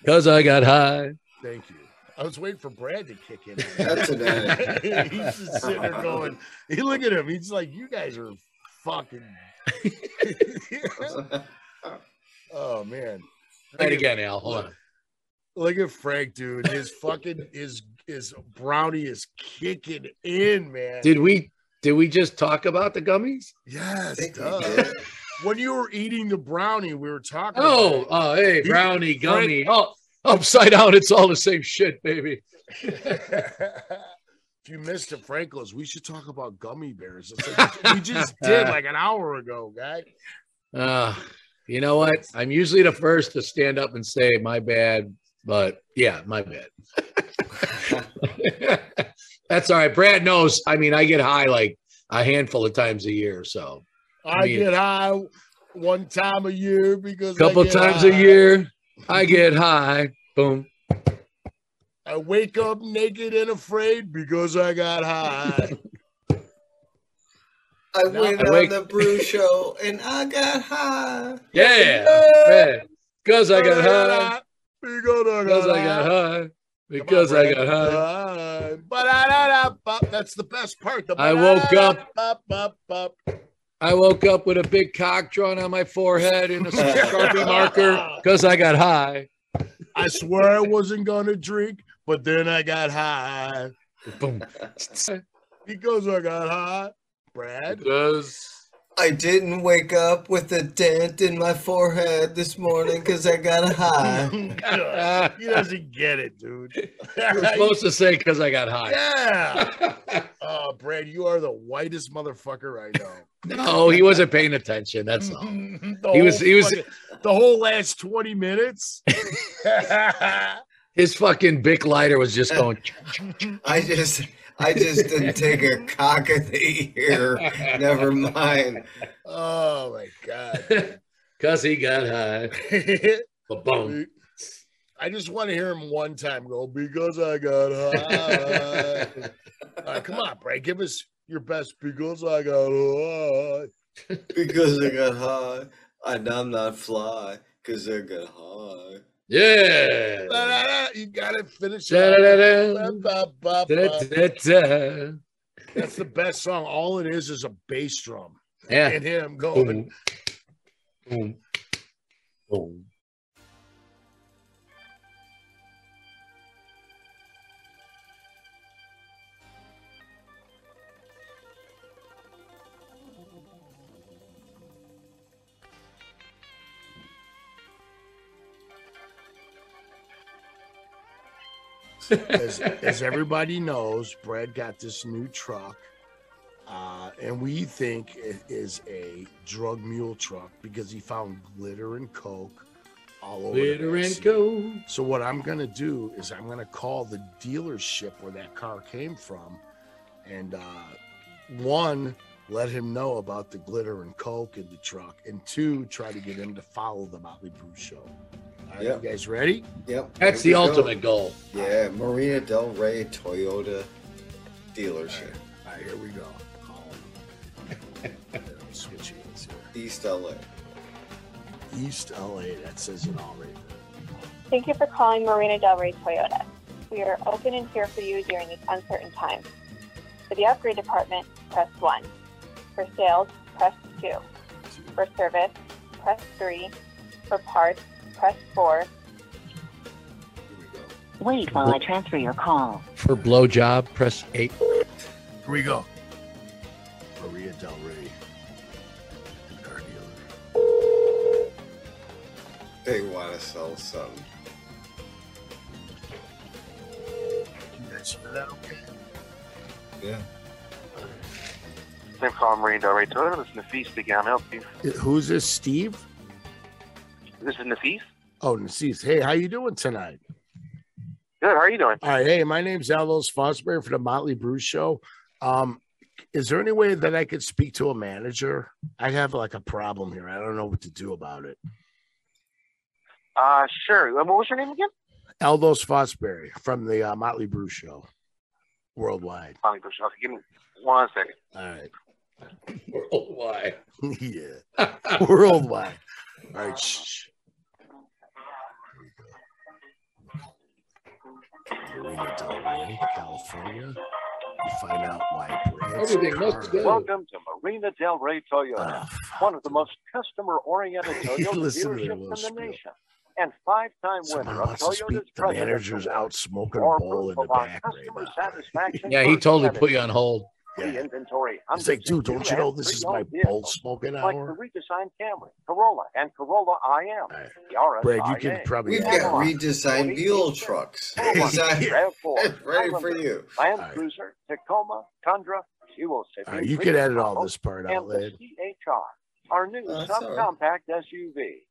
C: Because I got high.
D: Thank you. I was waiting for Brad to kick in.
B: That's an ad.
D: He's just sitting there going, hey, look at him. He's like, you guys are fucking. oh, man.
C: Try it again, Al. Hold on.
D: Look at Frank, dude. His fucking his his brownie is kicking in, man.
C: Did we did we just talk about the gummies?
D: yes,
B: think we
D: duh.
B: did.
D: when you were eating the brownie, we were talking.
C: Oh,
D: about
C: oh hey,
D: You-
C: brownie, gummy. Oh, upside down. It's all the same shit, baby.
D: it. if you missed it, Franco's, we should talk about gummy bears. It's like, we just did like an hour ago, guy.
C: Uh, you know what? I'm usually the first to stand up and say, my bad, but yeah, my bad. That's all right. Brad knows. I mean, I get high like a handful of times a year. So
D: I
C: mean-
D: get high one time a year because
C: a
D: I
C: couple
D: get
C: times
D: high.
C: a year, I get high. Boom.
D: I wake up naked and afraid because I got high.
B: I
D: No,
B: went
C: I
B: on
C: wake-
B: the brew show and I got high.
C: Yeah. Brad. Because I got high.
D: Because
C: Because
D: I got
C: I
D: high.
C: got high. Because I got high.
D: high. Ba-da-da-da-bop. That's the best part. The
C: I woke up.
D: ba-da-da-bop-bop-bop.
C: I woke up with a big cock drawn on my forehead and a Sharpie marker because I got high.
D: I swear I wasn't gonna drink, but then I got high
C: Boom.
D: because I got high. Brad,
C: Because
B: I didn't wake up with a dent in my forehead this morning because I got high.
D: God, he doesn't get it, dude.
C: You're supposed to say because I got high.
D: yeah. Oh, Brad, you are the whitest motherfucker I know. Oh.
C: no, he wasn't paying attention. That's
D: Mm-hmm.
C: all.
D: The
C: He was-
D: whole
C: he was-
D: fucking- the whole last twenty minutes.
C: His fucking Bic lighter was just going.
B: I just I just didn't take a cock in the ear. Never mind.
D: oh my god.
C: Because he got high. Boom.
D: I just want to hear him one time go because I got high. All right, come on, Brad, give us your best because I got high.
B: Because I got high. And I'm not fly because I got high.
D: Da,
C: Yeah.
D: da, da, You gotta finish it.
C: Da-da-da-da.
D: Ba, ba, ba, ba.
C: Da-da-da-da.
D: That's the best song. All it is is a bass drum
C: Yeah.
D: and him going.
C: Boom. Boom. Boom.
D: as, as everybody knows, Brad got this new truck, uh, and we think it is a drug mule truck because he found glitter and coke all over. the
C: Glitter and
D: backseat.
C: go.
D: So what I'm gonna do is I'm gonna call the dealership where that car came from, and uh, one, let him know about the glitter and coke in the truck, and two, try to get him to follow the Motley Brew show. Are
B: Yeah.
D: you guys ready?
B: Yep.
C: That's the
B: here we go.
C: ultimate goal.
B: Yeah, Marina Del Rey Toyota dealership,
D: All right, here we go. Call him. Let me Switch hands here.
B: East LA.
D: East LA. That says it all right.
G: Thank you for calling Marina Del Rey Toyota. We are open and here for you during these uncertain times. For the upgrade department, press 1. For sales, press 2. For service, press 3. For parts, press 4.
D: Here we go.
H: Wait while I transfer your call.
C: For blowjob, press eight.
D: Here we go. Maria Del Rey. Car dealer.
B: They want to sell some.
D: You guys hear that okay?
B: Yeah.
I: Same call Marine Del Rey Toyota. This is Nafis speaking. I'll help you.
D: Uh, Who's this, Steve?
I: This is Nafis.
D: Oh, Nasis. Hey, how you doing tonight?
I: Good. How are you doing?
D: All right. Hey, my name's Alos Fosbury for the Motley Brew Show. Um, is there any way that I could speak to a manager? I have like a problem here. I don't know what to do about it.
I: Uh, sure. Um, What was your name again?
D: Eldos Fosbury from the uh, Motley Brew Show worldwide.
I: Tommy Bush. Okay, give me one second.
D: All right.
C: Worldwide.
D: yeah. Worldwide. All right. shh, shh. Here we go. Marina Del Rey, California. You find out why Brad's
C: Everything looks
D: car-
C: good.
I: Welcome to Marina Del Rey Toyota,
D: Ah, fuck,
I: one of the
D: dude.
I: most customer-oriented Toyota
D: Listen to their little
I: dealerships in the
D: spiel.
I: nation, and five-time
D: Someone
I: winner of
D: wants to speak.
I: Toyota's
D: The
I: President's
D: manager's
I: Award.
D: out smoking
I: More
D: a bowl
I: proof
D: in the
I: of our
D: back right
I: customer
D: now.
I: satisfaction.
C: Yeah, he
I: first
C: totally
I: service.
C: put you on hold.
I: Free
D: Yeah.
I: inventory.
D: It's like, dude,
I: hundreds
D: don't you
I: of new
D: know
I: and
D: this is my
I: pre-owned
D: bowl
I: vehicles,
D: smoking
I: Like
D: hour?
I: the redesigned Camry, Corolla, and Corolla IM.
D: All right.
I: The RSIA.
D: Brad, you can probably.
B: We've
I: Yeah.
B: got redesigned mule trucks. Is that- It's ready for you.
I: Land
D: All right.
I: Cruiser, Tacoma, Tundra, Fuel
D: All right, Ah, you can edit all this part out,
I: And the
D: lad.
I: CHR, our new
B: Oh, that's all
I: subcompact SUV.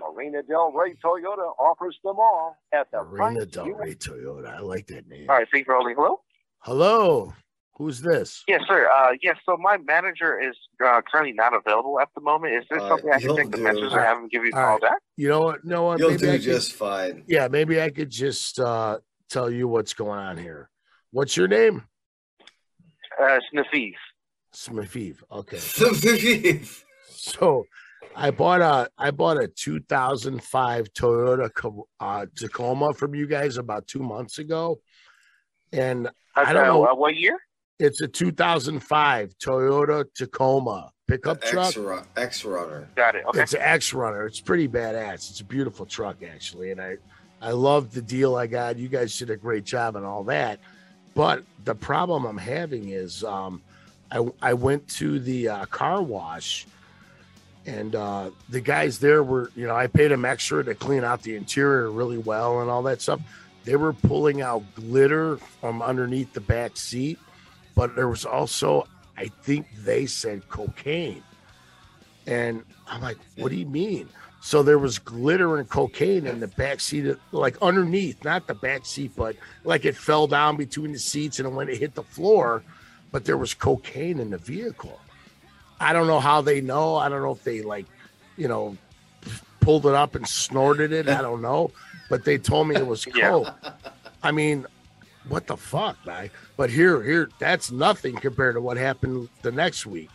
I: Marina Del Rey Toyota offers them all at the
D: Marina
I: price
D: Del
I: you-
D: Rey Toyota. I like that name.
I: All right, thank you for holding. Hello?
D: Hello. Who's this?
I: Yes, sir. Uh, yes, so my manager is uh, currently not available at the moment. Is there
B: All
I: something
B: right,
I: I can
B: you'll
I: take the
B: Uh, do.
I: message and have him give you a
D: All
I: call
D: right.
I: back?
D: You know what? No one.
B: You'll
D: maybe I
B: do
D: could-
B: just fine.
D: yeah, maybe I could just uh, tell you what's going on here. What's your name?
I: Uh, Sniffies.
D: Smifiv. Okay.
B: All
D: So I bought a I bought a 2005 Toyota Co- uh, Tacoma from you guys about two months ago, and I don't know.
I: Uh, what year?
D: it's a 2005 Toyota Tacoma pickup truck.
B: X Ru- X runner.
I: Got it. Okay.
D: It's an X Runner. It's pretty badass. It's a beautiful truck actually, and I I love the deal I got. You guys did a great job and all that, but the problem I'm having is um, I I went to the uh, car wash, and uh, the guys there were you know I paid them extra to clean out the interior really well and all that stuff. They were pulling out glitter from underneath the back seat, but there was also I think they said cocaine. And I'm like, what do you mean? So there was glitter and cocaine in the back seat, of- like underneath, not the back seat, but like it fell down between the seats and when it hit the floor, but there was cocaine in the vehicle. I don't know how they know. I don't know if they like, you know, pulled it up and snorted it. I don't know, but they told me it was
I: Yeah.
D: coke. I mean, what the fuck, man? But here, here, that's nothing compared to what happened the next week.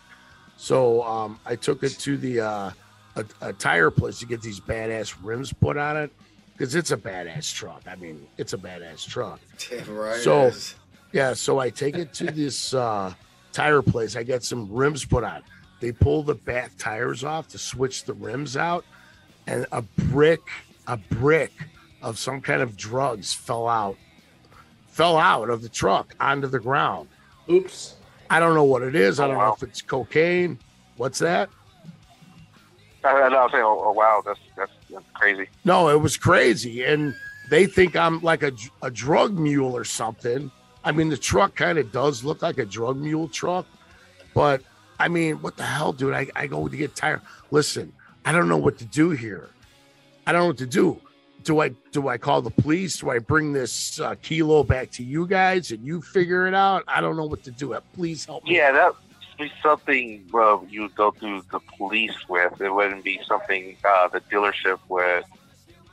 D: So um, I took it to the uh, a, a tire place to get these badass rims put on it because it's a badass truck. I mean, it's a badass truck.
B: Damn right.
D: So- oh
B: it is.
D: Yeah, so I take it to this uh, tire place. I get some rims put on. They pull the back tires off to switch the rims out, and a brick, a brick of some kind of drugs fell out, fell out of the truck onto the ground.
C: Oops.
D: I don't know what it is. I
I: Oh,
D: don't know
I: wow.
D: if it's cocaine. What's that?
J: Uh,
I: I, I was saying, oh, oh, wow, that's, that's, that's crazy.
D: No, it was crazy. And they think I'm like a, dr- a drug mule or something. I mean, the truck kind of does look like a drug mule truck, but I mean, what the hell, dude? I, I go to get tired. Listen, I don't know what to do here. I don't know what to do. Do I do I call the police? Do I bring this uh, kilo back to you guys and you figure it out? I don't know what to do. Uh, Please help me.
J: Yeah, that would be something uh, you would go through the police with. It wouldn't be something uh, the dealership would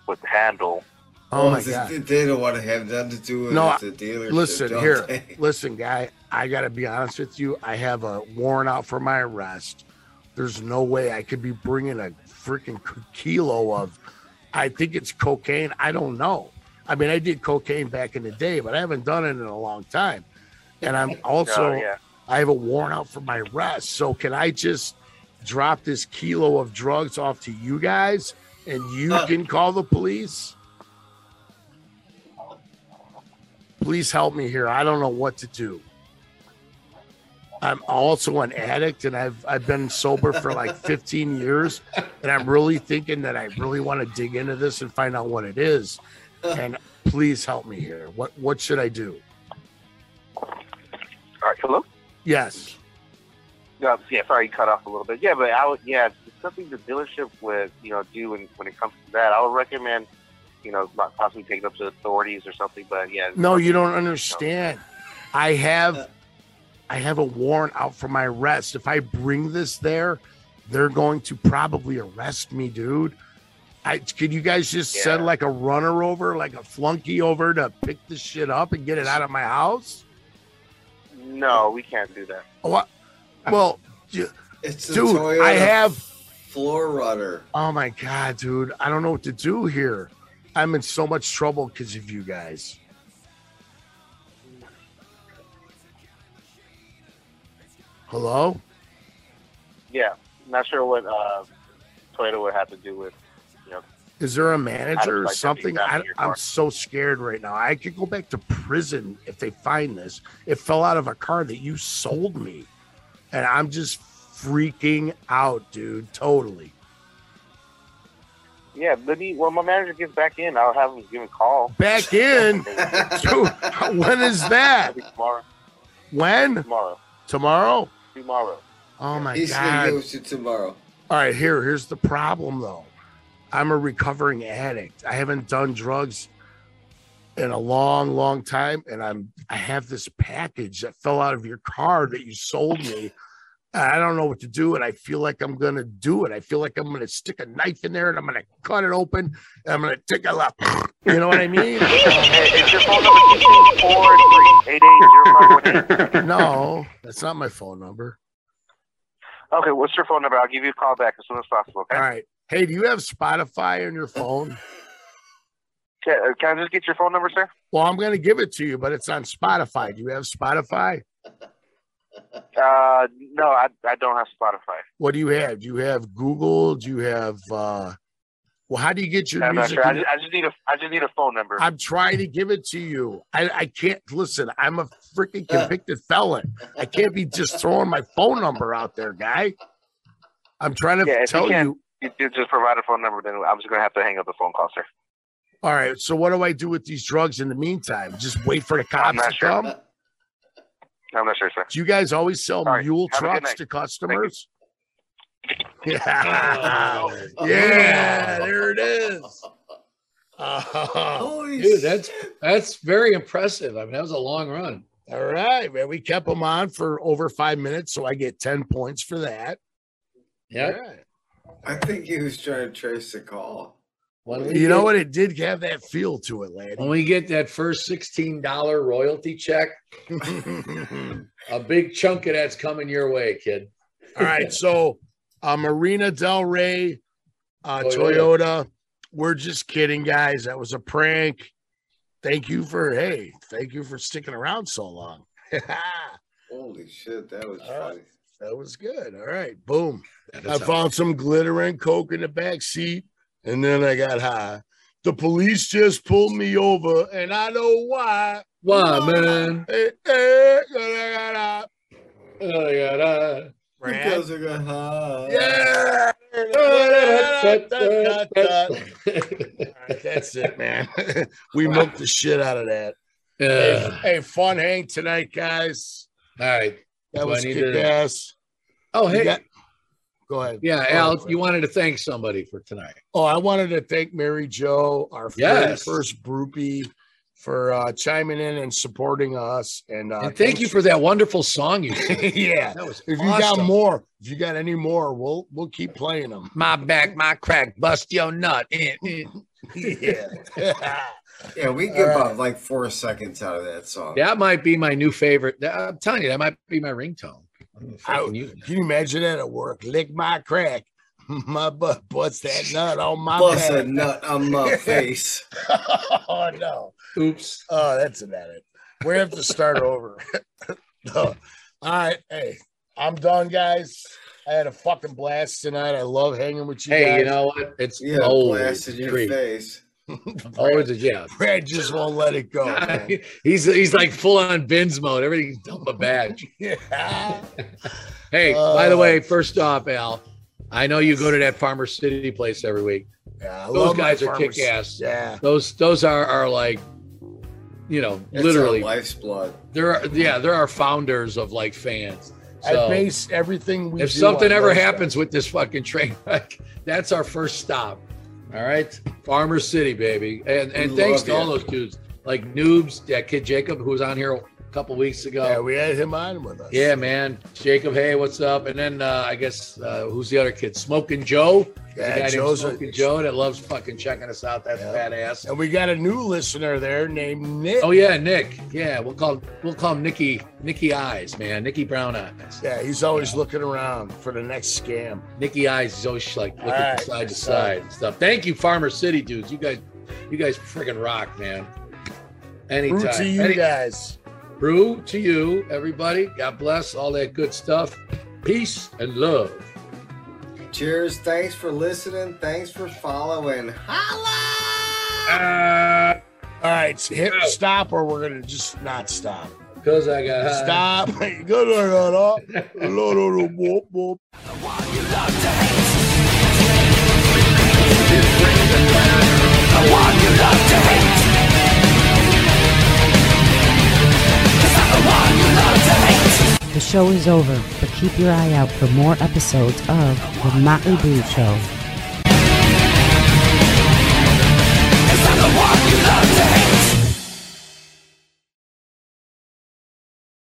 J: would handle.
D: Oh my
B: Well,
D: god.
B: They, they don't want to have nothing to do with
D: No, I-
B: the dealership.
D: Listen
B: don't
D: here,
B: they?
D: listen, guy. I gotta be honest with you. I have a warrant out for my arrest. There's no way I could be bringing a freaking k- kilo of. I think it's cocaine. I don't know. I mean, I did cocaine back in the day, but I haven't done it in a long time. And I'm also,
J: Uh, yeah.
D: I have a warrant out for my arrest. So can I just drop this kilo of drugs off to you guys, and you
B: Uh.
D: can call the police? please help me here. I don't know what to do. I'm also an addict and I've I've been sober for like 15 years and I'm really thinking that I really want to dig into this and find out what it is. And please help me here. What what should I do?
J: All right, hello.
D: Yes.
J: Yeah, yeah, sorry, you cut off a little bit. Yeah, but I would, yeah, it's something the dealership would, you know, do when, when it comes to that. I would recommend, you know, not possibly taking up to authorities or something, but yeah.
D: No, you don't understand. I have I have a warrant out for my arrest. If I bring this there, they're going to probably arrest me, dude. I could you guys just send
J: Yeah.
D: like a runner over, like a flunky over to pick this shit up and get it out of my house?
J: No, we can't do that.
D: What? Well,
B: It's a
D: dude,
B: Toyota
D: I have
B: floor runner.
D: Oh my god, dude. I don't know what to do here. I'm in so much trouble because of you guys. Hello?
J: Yeah, not sure what uh, Toyota would have to do with.
D: Is there a manager or
J: like that
D: something?
J: being back
D: I,
J: in your
D: I'm
J: car.
D: so scared right now. I could go back to prison if they find this. It fell out of a car that you sold me. And I'm just freaking out, dude. Totally.
J: Yeah, let me. When my manager gets back in, I'll have him give him a call.
D: Back in. dude, when is that?
J: Maybe tomorrow.
D: When?
J: Tomorrow.
D: Tomorrow?
J: Tomorrow.
D: Oh my
B: He's
D: god.
B: gonna give us to tomorrow.
D: All right, here, here's the problem though. I'm a recovering addict. I haven't done drugs in a long, long time, and I'm I have this package that fell out of your car that you sold me. And I don't know what to do, and I feel like I'm gonna do it. I feel like I'm gonna stick a knife in there and I'm gonna cut it open and I'm gonna take a left. You know what I mean?
J: Hey, is your phone number two two four three eight eight zero five one eight?
D: No, that's not my phone number.
J: Okay, what's your phone number? I'll give you a call back as soon as possible. Okay.
D: All right. Hey, do you have Spotify on your phone?
J: Can, uh, can I just get your phone number, sir?
D: Well, I'm gonna give it to you, but it's on Spotify. Do you have Spotify?
J: Uh, no, I, I don't have Spotify.
D: what do you have? Do you have Google? Do you have uh well how do you get your
J: I'm not
D: music?
J: sure. I
D: in-
J: just, I just need a I just need a phone number.
D: I'm trying to give it to you. I, I can't listen, I'm a freaking convicted felon. I can't be just throwing my phone number out there, guy. I'm trying to
J: Yeah, if you
D: tell you,
J: can't- If you just provide a phone number, then I'm just gonna have to hang up the phone call, sir.
D: all right. So what do I do with these drugs in the meantime? Just wait for the
J: I'm
D: cops
J: not
D: to
J: sure.
D: come?
J: I'm not sure, sir.
D: Do you guys always sell
J: All right, have
D: mule
J: a good
D: trucks
J: night.
D: to customers? Yeah.
C: Oh.
D: yeah, there it is. Oh.
B: Holy
C: Dude, that's
B: shit.
C: that's very impressive. I mean, that was a long run.
D: All right, man. We kept them on for over five minutes, so I get ten points for that.
C: Yeah.
D: All right.
B: I think he was trying to trace the call.
C: When we
D: You know
C: get-
D: what? It did have that feel to it, lad.
C: When we get that first sixteen dollar royalty check, a big chunk of that's coming your way, kid.
D: All right, so uh, Marina Del Rey, uh,
C: Toyota.
D: Toyota. We're just kidding, guys. That was a prank. Thank you for hey, thank you for sticking around so long. that
B: Holy shit, that was
D: All right.
B: funny.
D: was good. All right, boom. I
C: That's
D: found some glitter and coke in the back seat, and then I got high. The police just pulled me over, and I know why.
C: Wow, man.
D: Hey, hey, da-da-da-da.
C: Oh, yeah, da.
D: Brad?
B: Because I got high.
D: Yeah.
C: Da-da-da-da-da.
D: All right, like, that's it, man. we milked the shit out of that.
C: Ugh.
D: Hey, hey, fun hang tonight, guys.
C: All right.
D: That
C: Do I
D: was
C: need to-
D: kick ass.
C: Oh,
D: You
C: hey.
D: got- go ahead.
C: yeah,
D: Go
C: Al,
D: ahead.
C: you wanted to thank somebody for tonight.
D: Oh, I wanted to thank Mary Jo, our
C: Yes.
D: very first groupie, for uh, chiming in and supporting us. And, uh,
C: And thank you for that wonderful song you sang.
D: yeah.
C: That was
D: If you got
C: awesome.
D: more, if you got any more, we'll we'll keep playing them.
C: my back, my crack, bust your nut. Eh, eh.
D: Yeah.
B: Yeah, we get about like four seconds out of that song.
C: that might be my new favorite. That- I'm telling you, that might be my ringtone. I'm gonna
D: I-
C: fucking use
D: Can you imagine that at work? Lick my crack. My butt butts that nut on my
B: Bust a
D: back.
B: nut on my face.
D: oh no.
C: it. Oops.
D: Oh, that's about it. We have to start over. No. All right. Hey, I'm done, guys. I had a fucking blast tonight. I love hanging with you.
C: Hey,
D: guys.
C: you know what? It's
B: Yeah,
C: always
B: blasted
C: a
B: in your
C: treat.
B: face.
C: Always a yeah.
D: Brad just won't let it
C: Oh,
D: go. man.
C: he's he's like full on bins mode. Everything's dump a badge.
D: yeah.
C: Hey, by the
D: Uh,
C: way, first off, Al, I know you go to that Farmer City place every week.
D: yeah I
C: Those
D: love my
C: guys are
D: farmers.
C: kick ass.
D: Yeah.
C: Those those are are like, you know,
B: That's
C: literally
B: our life's blood.
C: there are yeah there are founders of like fans
D: I
C: so
D: base everything we
C: if
D: do
C: something
D: on
C: ever
D: those
C: happens
D: guys.
C: with this fucking train wreck that's our first stop all right farmer city baby and and
B: We
C: thanks
B: love
C: to all
B: you.
C: those dudes like noobs that kid jacob who was on here a couple weeks
D: yeah,
C: ago
D: we had him on with us.
C: yeah, man jacob hey what's up and then uh, i guess uh, who's the other kid smoking joe There's
D: Yeah,
C: a guy named
D: Joe's a-
C: smoking joe that loves fucking checking us out that's
D: Yeah.
C: badass
D: And we got a new listener there named Nick.
C: oh yeah nick yeah we'll call we'll call him nicky nicky eyes man nicky brown eyes
D: Yeah, he's always looking around for the next scam.
C: Nicky Eyes is always like looking from
D: Alright,
C: side to
D: so-
C: side and stuff. Thank you, Farmer City dudes. You guys, you guys friggin' rock, man. Anytime.
D: Root to you
C: Any-
D: guys.
C: brew to you, everybody. God bless all that good stuff. Peace and love.
B: Cheers. Thanks for listening. Thanks for following.
D: All right, so hit stop or we're gonna just not stop.
C: Cause I got high.
D: Stop. Good, good, good, good. Lo, lo, lo, whoop, whoop.
A: The show is over, but keep your eye out for more episodes of The Motley Brew Show.